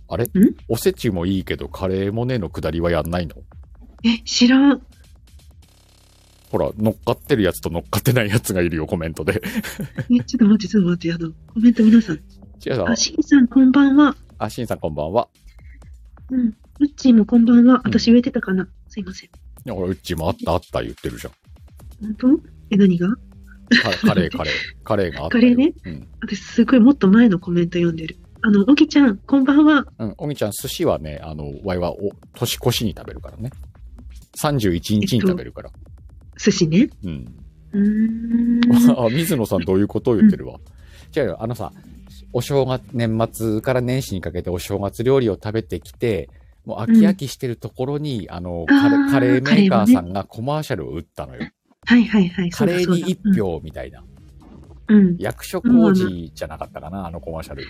Speaker 1: あれ
Speaker 2: ん
Speaker 1: おせちもいいけど、カレーもねのくだりはやんないの
Speaker 2: え、知らん。
Speaker 1: ほら、乗っかってるやつと乗っかってないやつがいるよ、コメントで。
Speaker 2: え、ちょっと待って、ちょっと待って、あの、コメント皆さん。
Speaker 1: 違う
Speaker 2: あ、しんさん、こんばんは。
Speaker 1: あ、しんさんこんばんは。
Speaker 2: うん。うっちーもこんばんは。私言えてたかな。すいません。
Speaker 1: いやほら、うっちもあったあった言ってるじゃん。
Speaker 2: 本当え、何が
Speaker 1: カカレー、カレー。カレーがあったよ。
Speaker 2: カレーね。私、すごいもっと前のコメント読んでる。あの、おきちゃん、こんばんは。
Speaker 1: うん。うん。おぎちゃん、寿司はね、あの、ワイはお、年越しに食べるからね。31日に食べるから。
Speaker 2: 寿司ね。
Speaker 1: うん。
Speaker 2: うーん。
Speaker 1: あ、水野さんどういうことを言ってるわ。違うよ、あのさ、お正月、年末から年始にかけてお正月料理を食べてきて、もう飽き飽きしてるところに、あの、カレ
Speaker 2: あ
Speaker 1: ー
Speaker 2: ー
Speaker 1: カレーメーカ
Speaker 2: カレーも
Speaker 1: ー
Speaker 2: ね
Speaker 1: さんがコマーシャルを打ったのよ。
Speaker 2: はいはいはい。
Speaker 1: カレーに
Speaker 2: そうだそう
Speaker 1: 一
Speaker 2: だ。
Speaker 1: 票みたいな。
Speaker 2: うん。うん
Speaker 1: 役所工事じゃなかったかな、あのコマーシャル。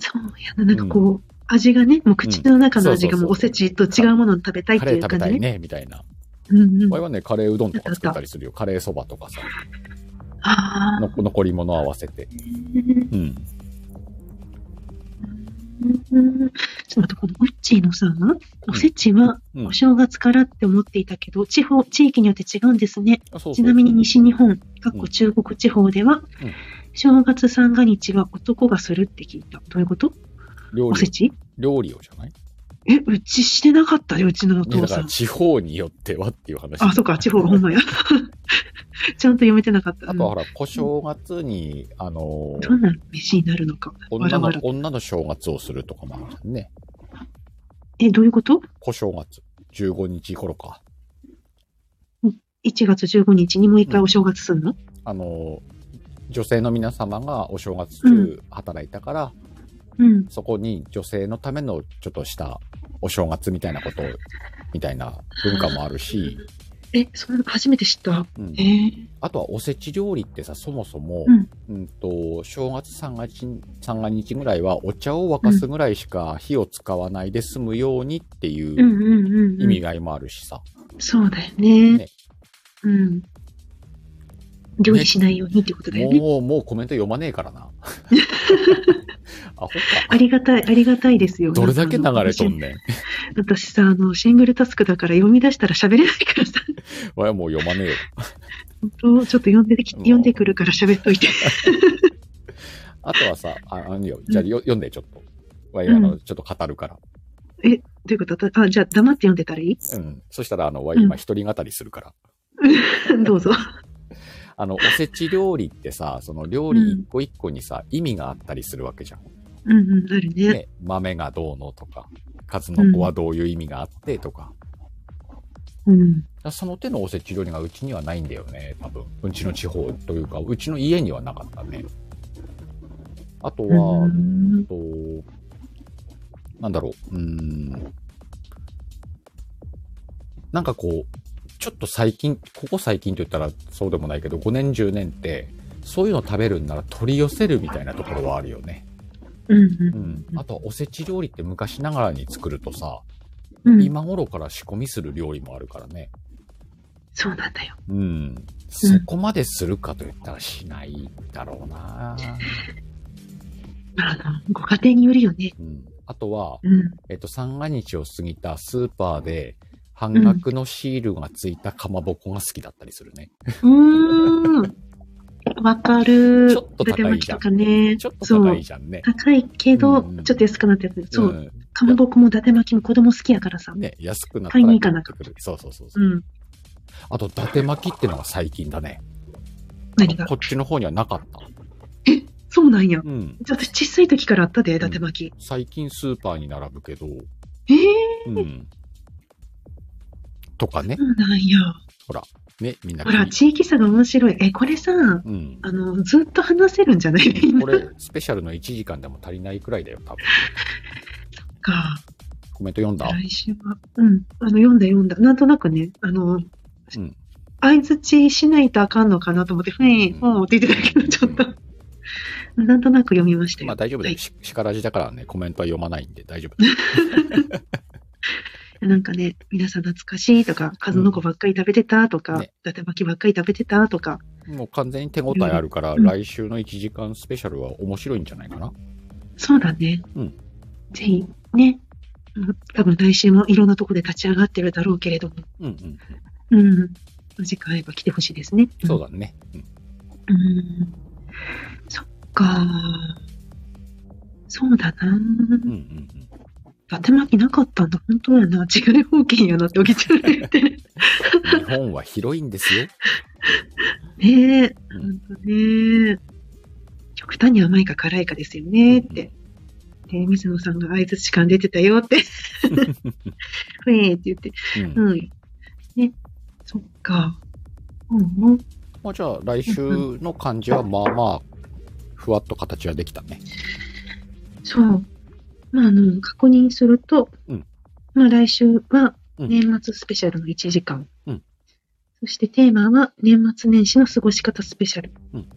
Speaker 2: そうやな、なんかこう、味がね、もう口の中の味がもう
Speaker 1: うん
Speaker 2: お
Speaker 1: そうそうそう
Speaker 2: せちと違うものを食べたいっ
Speaker 1: カ
Speaker 2: て
Speaker 1: レー
Speaker 2: いう
Speaker 1: 食べ
Speaker 2: 感
Speaker 1: た
Speaker 2: じ
Speaker 1: い
Speaker 2: ね。
Speaker 1: ね、みたいな。
Speaker 2: うんうん。
Speaker 1: 我
Speaker 2: あ
Speaker 1: 々はね、カレーうどんとか作ったりするよ。カレーそばとかさ、
Speaker 2: あ
Speaker 1: の残り物合わせて。
Speaker 2: ー。
Speaker 1: うん。
Speaker 2: うんちょっと待って、このウッチーのさ、おせちは
Speaker 1: うん
Speaker 2: お正月からって思っていたけど、地方、地域によって違うんですね。
Speaker 1: あそうそう
Speaker 2: ちなみに西日本、かっこ中国地方では、正月三が日は男がするって聞いた。どういうこと
Speaker 1: 料
Speaker 2: おせ
Speaker 1: 理、
Speaker 2: ち
Speaker 1: 料理をじゃない
Speaker 2: え、うちしてなかったよ、うちのお
Speaker 1: ね
Speaker 2: 父
Speaker 1: だか
Speaker 2: さ
Speaker 1: ら
Speaker 2: ん。
Speaker 1: 地方によってはっていう話。
Speaker 2: あ、そうか、地方、ほんまや。 ちゃんと読めてなかった。
Speaker 1: あとはほら、小正月に、あの
Speaker 2: うん
Speaker 1: ー
Speaker 2: どんな飯になるのか。わ
Speaker 1: 女
Speaker 2: らわ
Speaker 1: の
Speaker 2: ら、。
Speaker 1: 女の正月をするとかもあるじゃんね。
Speaker 2: え、どういうこと
Speaker 1: 小正月。15日頃か。
Speaker 2: ?1 月15日にもう一回お正月すんの、
Speaker 1: あのー女性の皆様がお正月中働いたから、
Speaker 2: うん。
Speaker 1: そこに女性のためのちょっとしたお正月みたいなことみたいな文化もあるし、
Speaker 2: え、そん初めて知った。
Speaker 1: うん
Speaker 2: えー、
Speaker 1: あとはおせち料理ってさ、そもそも、
Speaker 2: うん
Speaker 1: うんと正月三が日三が日ぐらいはお茶を沸かすぐらいしか火を使わないで済むようにって
Speaker 2: う
Speaker 1: いうん
Speaker 2: うんうん、うん。
Speaker 1: 意味がいもあるしさ、
Speaker 2: そうだよね。
Speaker 1: ね
Speaker 2: うん。料理しないようにってことだよね。
Speaker 1: もう、もうコメント読まねえ からな。アホか。
Speaker 2: ありがたい、ありがたいですよ。
Speaker 1: どれだけ流れとんねん。
Speaker 2: なんかあの私さ、あの、シングルタスクだから読み出したら喋れないからさ、
Speaker 1: わやもう読まねえよ。
Speaker 2: 本当ちょっと読んでき、
Speaker 1: もう
Speaker 2: 読んでくるから喋っといて。
Speaker 1: あとはさ、あ、あのよ、じゃあよ、読んでちょっと。わや、あ
Speaker 2: う
Speaker 1: の、ちょっと語るから。
Speaker 2: ということたあ、じゃあ黙って読んでたらいい
Speaker 1: うん。そしたら、あの、わや今一人語りするから。
Speaker 2: どうぞ。
Speaker 1: あの、おせち料理ってさ、その料理一個一個にさ、意味があったりするわけじゃん。
Speaker 2: うんうん、あるね。
Speaker 1: ね、豆がどうのとか、数の子はどういう意味があってとか。
Speaker 2: うん。
Speaker 1: その手のおせち料理がうちにはないんだよね、多分。うちの地方というか、うちの家にはなかったね。あとは、
Speaker 2: うん
Speaker 1: と、なんだろう、うーん。なんかこう、ちょっと最近、ここ最近と言ったらそうでもないけど、5年、10年って、そういうの食べるんなら取り寄せるみたいなところはあるよね。
Speaker 2: うん
Speaker 1: うん。あとはおせち料理って昔ながらに作るとさ、
Speaker 2: うん。うん。
Speaker 1: 今頃から仕込みする料理もあるからね。
Speaker 2: そうなんだよ。
Speaker 1: うん。そこまでするかと言ったらしないだろうな、
Speaker 2: あの、ご家庭によるよね。
Speaker 1: うん。あとは、
Speaker 2: うん。
Speaker 1: えっと、三が日を過ぎたスーパーで、半額のシールがついたかまぼこが好きだったりするね。
Speaker 2: うーん。わかる。
Speaker 1: ちょっと高いじゃん
Speaker 2: 豚巻きとかね。
Speaker 1: ちょっと
Speaker 2: そ
Speaker 1: 高
Speaker 2: う
Speaker 1: い。じゃんね。
Speaker 2: 高いけど、
Speaker 1: うんうん
Speaker 2: ちょっと安くなったやつ。そう。
Speaker 1: ん
Speaker 2: かまぼこも伊達巻きも子供好きやからさ。
Speaker 1: ね、安くなった
Speaker 2: 買いに行かな
Speaker 1: くる。そうそうそうそうう、
Speaker 2: ん。
Speaker 1: あと、伊達巻きってのが最近だね。
Speaker 2: 何が
Speaker 1: こっちの方にはなかった。
Speaker 2: そうなんや。
Speaker 1: うん。
Speaker 2: 私、小さい時からあったで、伊達巻き。
Speaker 1: 最近スーパーに並ぶけど、
Speaker 2: ええ
Speaker 1: うん。とかね
Speaker 2: そ。うなんや。
Speaker 1: ね、みんな
Speaker 2: ほら、
Speaker 1: に
Speaker 2: 地域差が面白い。え、これさ、
Speaker 1: うん。
Speaker 2: あの、ずっと話せるんじゃないみん
Speaker 1: こ
Speaker 2: な
Speaker 1: れ、スペシャルの1時間でも足りないくらいだよ、多分。
Speaker 2: が。
Speaker 1: コメント読んだ
Speaker 2: 来週は。うん。あの、読んだ読んだ。なんとなくね、あの、
Speaker 1: うん
Speaker 2: 相づちしないとあかんのかなと思って、ふん、ふん、って言ってたけど、ちょっと。なんとなく読みましたよ。
Speaker 1: まあ大丈夫だ
Speaker 2: は
Speaker 1: よ。
Speaker 2: い
Speaker 1: ししからじだからね、コメントは読まないんで大丈夫
Speaker 2: なんかね、皆さん懐かしいとか、数の子ばっかり食べてたとか、
Speaker 1: ね
Speaker 2: 伊達巻きばっかり食べてたとか、
Speaker 1: もう完全に手応えあるから、
Speaker 2: うん
Speaker 1: 来週の1時間スペシャルは面白いんじゃないかな。
Speaker 2: そうだね。
Speaker 1: うん
Speaker 2: ぜひ、ね。うん多分来週もいろんなとこで立ち上がってるだろうけれども、
Speaker 1: うんうん。
Speaker 2: うん。次回は来てほしいですね。
Speaker 1: そうだね。うん、
Speaker 2: うん。そっか。そうだな。
Speaker 1: うん、うんうん。
Speaker 2: バテ巻きなかったんだ。本当やな。違い方形やなっておぎちゃんが言ってる。
Speaker 1: 日本は広いんですよ。
Speaker 2: ねえ。
Speaker 1: うん
Speaker 2: ほんとね。極端に甘いか辛いかですよねって。で、水野さんが相槌感出てたよって。ふえーって言って。
Speaker 1: うんうん
Speaker 2: うん。ね。そっか。うんうん。
Speaker 1: まあじゃあ来週の感じはまあまあ、ふわっと形はできたね。
Speaker 2: そう。まあ、あの、確認すると、
Speaker 1: うん
Speaker 2: まあ、来週は、
Speaker 1: うん
Speaker 2: 年末スペシャルの1時間。
Speaker 1: うん
Speaker 2: そしてテーマは、年末年始の過ごし方スペシャル。
Speaker 1: うん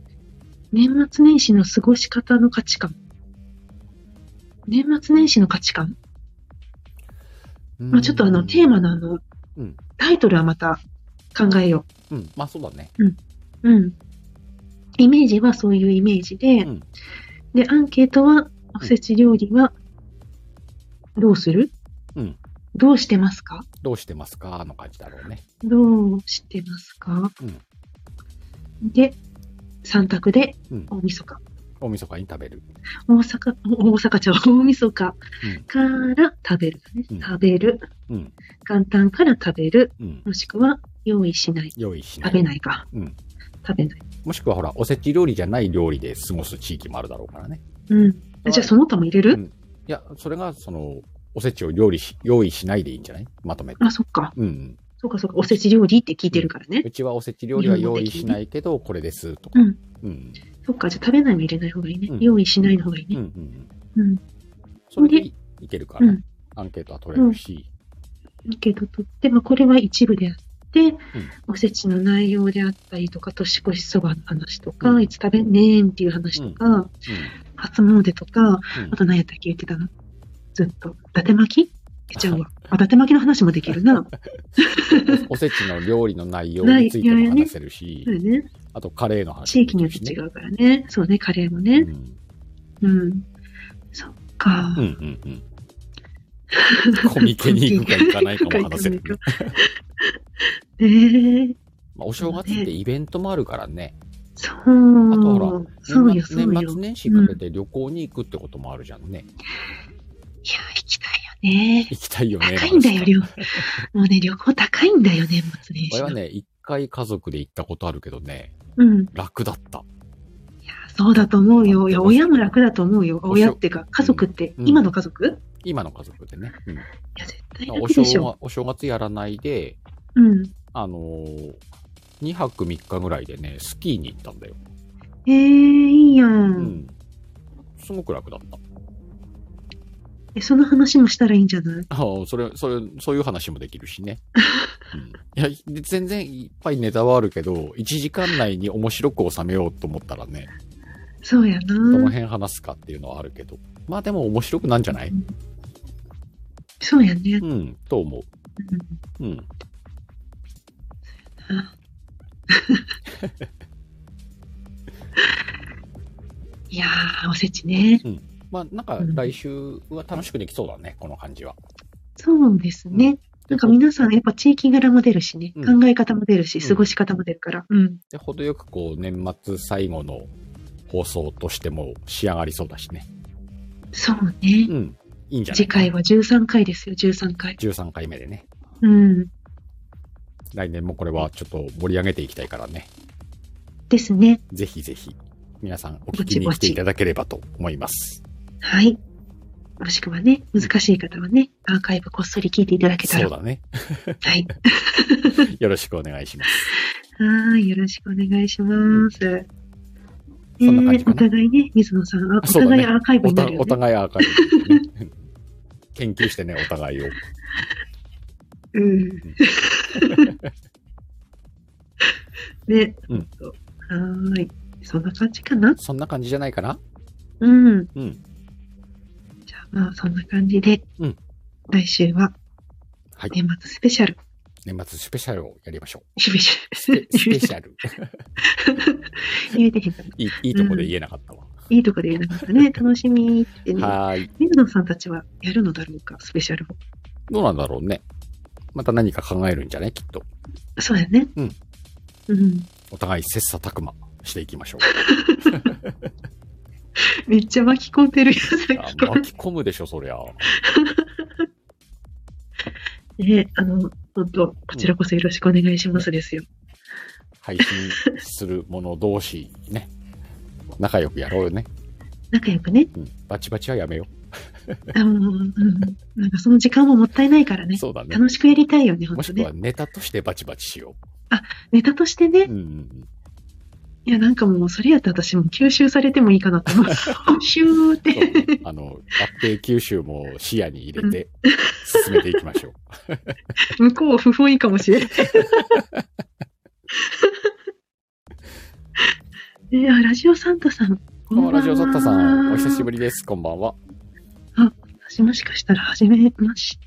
Speaker 2: 年末年始の過ごし方の価値観。年末年始の価値観。まあ、ちょっとあの、テーマのあの、
Speaker 1: うん
Speaker 2: タイトルはまた考えよ
Speaker 1: うん。うん。まあそうだね。
Speaker 2: う。うん。イメージはそういうイメージで、
Speaker 1: うん
Speaker 2: で、アンケートは、おせち料理は、どうする
Speaker 1: うん
Speaker 2: どうしてますか
Speaker 1: どうしてますかの感じだろうね。
Speaker 2: どうしてますか、で、3択で
Speaker 1: うん、
Speaker 2: 大晦日、
Speaker 1: 大晦日に食べる。
Speaker 2: 大阪、お大阪ちゃう、大晦日から食べる、ね
Speaker 1: うん
Speaker 2: 食べる。
Speaker 1: うん。
Speaker 2: 元旦から食べる。
Speaker 1: うん。うん。
Speaker 2: もしくは、用意しない。
Speaker 1: 用意しない。
Speaker 2: 食べないか。
Speaker 1: うん
Speaker 2: 食べない。
Speaker 1: もしくはほら、おせち料理じゃない料理で過ごす地域もあるだろうからね。
Speaker 2: うん。じゃあ、その他も入れる、
Speaker 1: うんいや、それが、その、おせちを料理し、用意しないでいいんじゃないまとめて。
Speaker 2: あ、そっか。
Speaker 1: うん。
Speaker 2: そうか、そうか。おせち料理って聞いてるからね。
Speaker 1: うちはおせち料理は用意しないけど、これです、とか。
Speaker 2: うん。
Speaker 1: うん。
Speaker 2: そっか、じゃあ食べないも入れない方がいいね。
Speaker 1: うん
Speaker 2: 用意しないの方がいいうね。
Speaker 1: ん。うん。
Speaker 2: うん。
Speaker 1: それでいいけるから、
Speaker 2: うん
Speaker 1: アンケートは取れるし、
Speaker 2: アンケート取って、まあ、これは一部であって、おせちの内容であったりとか、年越しそばの話とか、
Speaker 1: うん
Speaker 2: いつ食べんねーんっていう話とか、初詣とか、あと何やったっけ言ってたのずっと。伊達巻きえちゃうわ。あ、伊達巻きの話もできるな。
Speaker 1: うんおおせちの料理の内容についても話せるし、
Speaker 2: そうよね。
Speaker 1: あとカレーの話
Speaker 2: 地
Speaker 1: も
Speaker 2: 域によ
Speaker 1: で
Speaker 2: っ
Speaker 1: きる
Speaker 2: て
Speaker 1: しね
Speaker 2: 違うからね。そうね、カレーもね。うん。そっ
Speaker 1: うん。
Speaker 2: か
Speaker 1: うんうんうん。コミケに行くか行かないかも話せ る、ね。
Speaker 2: ねえ。
Speaker 1: まあ、お正月ってイベントもあるからね。
Speaker 2: そう。
Speaker 1: あとほ
Speaker 2: そう
Speaker 1: 年
Speaker 2: よ、
Speaker 1: 末
Speaker 2: そうよ。い
Speaker 1: 年
Speaker 2: や、
Speaker 1: 末年始かけて旅行に行くってこともあるじゃんね。
Speaker 2: 行きたいよね。
Speaker 1: 行きたいよね。
Speaker 2: 高いんだよ、 旅。もうね、旅行高いんだよ、年末年
Speaker 1: こ
Speaker 2: 始
Speaker 1: れ
Speaker 2: の。
Speaker 1: はね、一回家族で行ったことあるけどね、
Speaker 2: うん。い
Speaker 1: 楽だった。
Speaker 2: や、そうだと思うよ。いや、
Speaker 1: 楽しかった
Speaker 2: 親も楽だと思うよ。親っていうか、家族って、
Speaker 1: うん
Speaker 2: 今の家族、い
Speaker 1: 今の家族でね。うん
Speaker 2: や、絶対
Speaker 1: お
Speaker 2: 楽
Speaker 1: 正
Speaker 2: でしょ。
Speaker 1: 月お正月やらないで、
Speaker 2: うん。
Speaker 1: あのー、2泊3日ぐらいでね、スキーに行ったんだよ。
Speaker 2: ええいいや。
Speaker 1: うんん。すごく楽だった。
Speaker 2: え、その話もしたらいいんじゃない
Speaker 1: ああ、それ、それ、そういう話もできるし ね。うん、いや、で全然いっぱいネタはあるけど、1時間内に面白く収めようと思ったらね、
Speaker 2: そうや
Speaker 1: どの
Speaker 2: な。
Speaker 1: 辺話すかっていうのはあるけど、まあでも面白くなんじゃない
Speaker 2: そうやね
Speaker 1: う。ん、と思
Speaker 2: うん
Speaker 1: う。うん。
Speaker 2: いやー、おせちね。
Speaker 1: まあなんか来週は楽しくできそうだね、この感じは。
Speaker 2: そうですね。
Speaker 1: うん
Speaker 2: なんか皆さん、やっぱ地域柄も出るしね、
Speaker 1: うん
Speaker 2: 考え方も出るし、
Speaker 1: うん
Speaker 2: 過ごし方も出るから。うん。
Speaker 1: で、程よくこう、年末最後の放送としても仕上がりそうだしね。
Speaker 2: そうね。
Speaker 1: うん。いいんじゃない
Speaker 2: 次回は13回ですよ、13回。
Speaker 1: 13回目でね。
Speaker 2: うん。
Speaker 1: 来年もこれはちょっと盛り上げていきたいからね。
Speaker 2: ですね。
Speaker 1: ぜひぜひ、皆さんお聞きに来ていただければと思います。
Speaker 2: はい。もしくはね、難しい方はね、アーカイブこっそり聞いていただけた
Speaker 1: そ
Speaker 2: ら。
Speaker 1: うだね。
Speaker 2: はい。
Speaker 1: よろしくお願いします。
Speaker 2: はーい。よろしくお願いします。ね
Speaker 1: そんな感じか
Speaker 2: お
Speaker 1: な
Speaker 2: 互いね、水野さん、あお
Speaker 1: そうだ
Speaker 2: 互
Speaker 1: ね
Speaker 2: いアーカイブ
Speaker 1: お
Speaker 2: にな
Speaker 1: た
Speaker 2: るよ
Speaker 1: お
Speaker 2: ね。
Speaker 1: 互いアーカイブですね。研究してね、お互いを。
Speaker 2: うん。ね。
Speaker 1: うん
Speaker 2: はーい。そんな感じかな
Speaker 1: そんな感じじゃないかな
Speaker 2: うん。
Speaker 1: うん。
Speaker 2: じゃあまあ、そんな感じで、
Speaker 1: うん
Speaker 2: 来週は
Speaker 1: はい。
Speaker 2: 年末スペシャル。
Speaker 1: 年末スペシャルをやりましょ
Speaker 2: スペシ
Speaker 1: う。スペスペシ
Speaker 2: ャル。
Speaker 1: ャル。
Speaker 2: 言えてへんかった。
Speaker 1: いいいいとこで言えなかったわ。
Speaker 2: いいとこで言えなかった ね。楽しみってね。
Speaker 1: はーい。
Speaker 2: 水野さんたちはやるのだろうか、スペシャルを。
Speaker 1: どうなんだろうね。また何か考えるんじゃねきっと。
Speaker 2: そうやね。
Speaker 1: うん。
Speaker 2: うん。
Speaker 1: お互い切磋琢磨していきましょう。
Speaker 2: めっちゃ巻き込んでるやつ
Speaker 1: あ巻き込むでしょ、そりゃ。
Speaker 2: ね、あの、本当こちらこそよろしくお願いしますですよ。
Speaker 1: 配信する者同士、ね。仲良くやろうよね。
Speaker 2: 仲良くね。
Speaker 1: うん。バチバチはやめよ
Speaker 2: あの、うん。なんかその時間ももったいないから
Speaker 1: う。
Speaker 2: ね。
Speaker 1: そうだね。
Speaker 2: 楽しくやりたいよね、本
Speaker 1: も
Speaker 2: 当
Speaker 1: しくは
Speaker 2: ね。
Speaker 1: ネタとしてバチバチしよ
Speaker 2: ネタとしてね、
Speaker 1: う。うんうん
Speaker 2: いや、なんかもう、それやったら私も吸収されてもいいかなと 思う。シュ
Speaker 1: うん。そ
Speaker 2: ーっ
Speaker 1: う
Speaker 2: て。
Speaker 1: ねあの、合併吸収も視野に入れて進めていきましょう。
Speaker 2: 向こう不本意かも しれない。えあ、ラジオサンタさん。こんばんは
Speaker 1: ラジオザッタさん、お久しぶりです。こんばんは。
Speaker 2: 私もしかしたら、はじめまし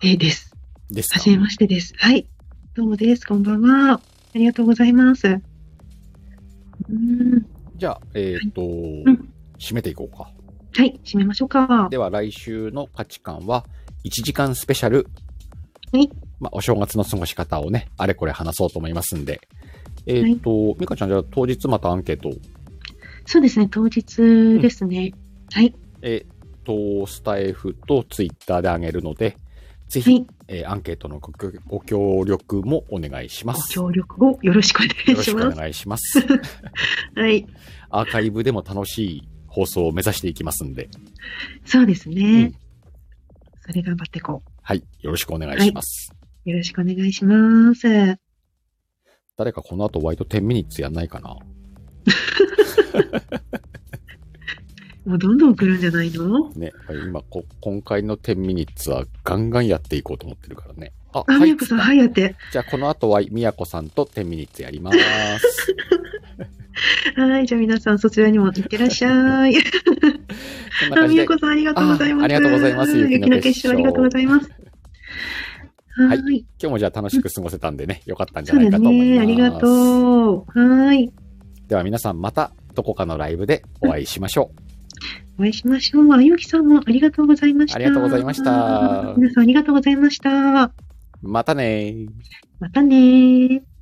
Speaker 2: てです。
Speaker 1: ですか
Speaker 2: はじめましてです。はい。どうもです。こんばんは。ありがとうございます。うーん。
Speaker 1: じゃあ、えっ、と、
Speaker 2: うん
Speaker 1: 締めていこうか。
Speaker 2: はい。締めましょうか。
Speaker 1: では来週の価値観は1時間スペシャル。
Speaker 2: はい
Speaker 1: まあ、お正月の過ごし方をね、あれこれ話そうと思いますんで。えっ、と、美香ちゃん、じゃあ当日またアンケートを。
Speaker 2: そうですね。当日ですね。はい。
Speaker 1: えっ、と、スタイフとツイッターであげるので、ぜひ、
Speaker 2: はい。
Speaker 1: えーアンケートのご協ご協力もお願いしま
Speaker 2: ご
Speaker 1: す。よ
Speaker 2: 協力をよろしくお願
Speaker 1: ろ
Speaker 2: い
Speaker 1: し
Speaker 2: し
Speaker 1: く
Speaker 2: ま
Speaker 1: お
Speaker 2: す。
Speaker 1: 願いします。
Speaker 2: はい。
Speaker 1: アーカイブでも楽しい放送を目指していきますんで、
Speaker 2: そうです
Speaker 1: うん
Speaker 2: ね。それ頑張っていこ
Speaker 1: はい、よろしくお願いします。
Speaker 2: う。よろしくお願いします。
Speaker 1: 誰かこの後ワイド10ミニッツやんないかな
Speaker 2: もうどんどん来るんじゃないの
Speaker 1: ね、はい今こ、今回の10ミニッツはガンガンやっていこうと思ってるからね。あ、
Speaker 2: あ、
Speaker 1: は
Speaker 2: み
Speaker 1: い
Speaker 2: や。こさん、はい、やって。
Speaker 1: じゃあこの後は、みやこさんと10ミニッツやります。
Speaker 2: はい、じゃあ皆さんそちらにも行ってらっしゃい。
Speaker 1: こんな
Speaker 2: あ、
Speaker 1: 感
Speaker 2: み
Speaker 1: じ
Speaker 2: や
Speaker 1: で。
Speaker 2: こさん、ありがとうございます。
Speaker 1: あありがとうございます雪
Speaker 2: 雪
Speaker 1: の
Speaker 2: の
Speaker 1: 結
Speaker 2: 結
Speaker 1: 晶
Speaker 2: 晶、ありがとうございます。
Speaker 1: い
Speaker 2: はい。
Speaker 1: 今日もじゃあ楽しく過ごせたんでね、よかったんじゃ
Speaker 2: そう
Speaker 1: な
Speaker 2: で
Speaker 1: いか
Speaker 2: す
Speaker 1: と思い
Speaker 2: ね。
Speaker 1: ます。
Speaker 2: ありがとう。はい。
Speaker 1: では皆さんまたどこかのライブでお会いしましょう。
Speaker 2: お会いしましょう。あゆきさんもありがとうございました。
Speaker 1: ありがとうございました
Speaker 2: 皆さんありがとうございました。
Speaker 1: またねー。
Speaker 2: またねー。